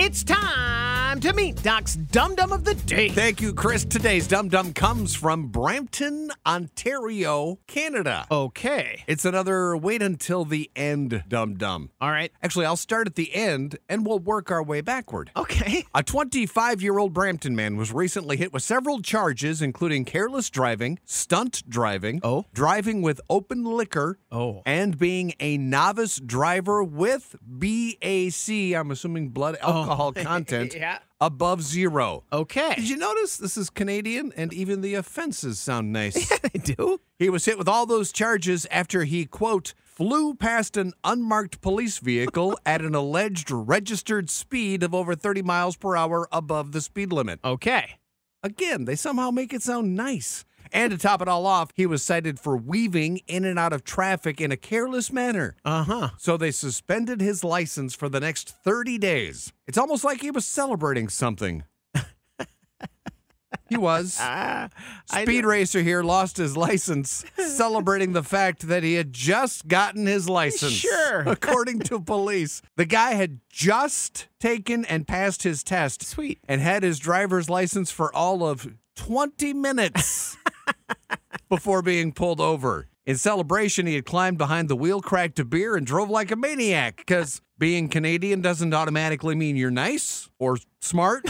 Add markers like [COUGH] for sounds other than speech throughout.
It's time to meet Doc's Dum Dum of the Day. Thank you, Chris. Today's Dum Dum comes from Brampton, Ontario, Canada. Okay. It's another wait until the end Dum Dum. All right. Actually, I'll start at the end and we'll work our way backward. Okay. A 25 year old Brampton man was recently hit with several charges, including careless driving, stunt driving, Oh. driving with open liquor, Oh. and being a novice driver with BAC, I'm assuming blood [LAUGHS] alcohol content, Oh. Yeah. above zero. Did Okay. [LAUGHS] you notice this is Canadian and even the offenses sound nice? I do. he was hit with all those charges after he, quote, flew past an unmarked police vehicle [LAUGHS] at an alleged registered speed of over 30 miles per hour above the speed limit. Okay. Again, they somehow make it sound nice. And to top it all off, he was cited for weaving in and out of traffic in a careless manner. Uh huh. So they suspended his license for the next 30 days. It's almost like he was celebrating something. he was. [LAUGHS] Ah. I Speed do- racer here lost his [LAUGHS] license, celebrating the fact that he had just gotten his license. Sure. [LAUGHS] According to police, the guy had just taken and passed his test. Sweet. And had his driver's license for all of 20 [LAUGHS] minutes before being pulled over. In celebration, he had climbed behind the wheel, cracked a beer, and drove like a maniac because being Canadian doesn't automatically mean you're nice or smart.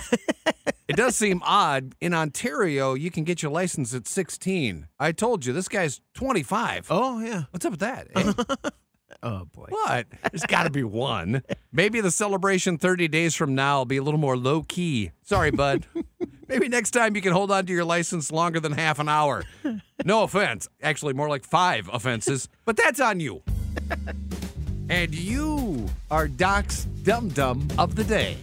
It does seem odd. In Ontario, you can get your license at 16. I told you, this guy's 25. Oh, yeah. What's up with that? eh? Oh, boy. what? There's got to be one. Maybe the celebration 30 days from now will be a little more low key. Sorry, bud. Maybe next time you can hold on to your license longer than half an hour. No offense. Actually, more like five offenses, but that's on you. And you are Doc's Dum Dum of the Day.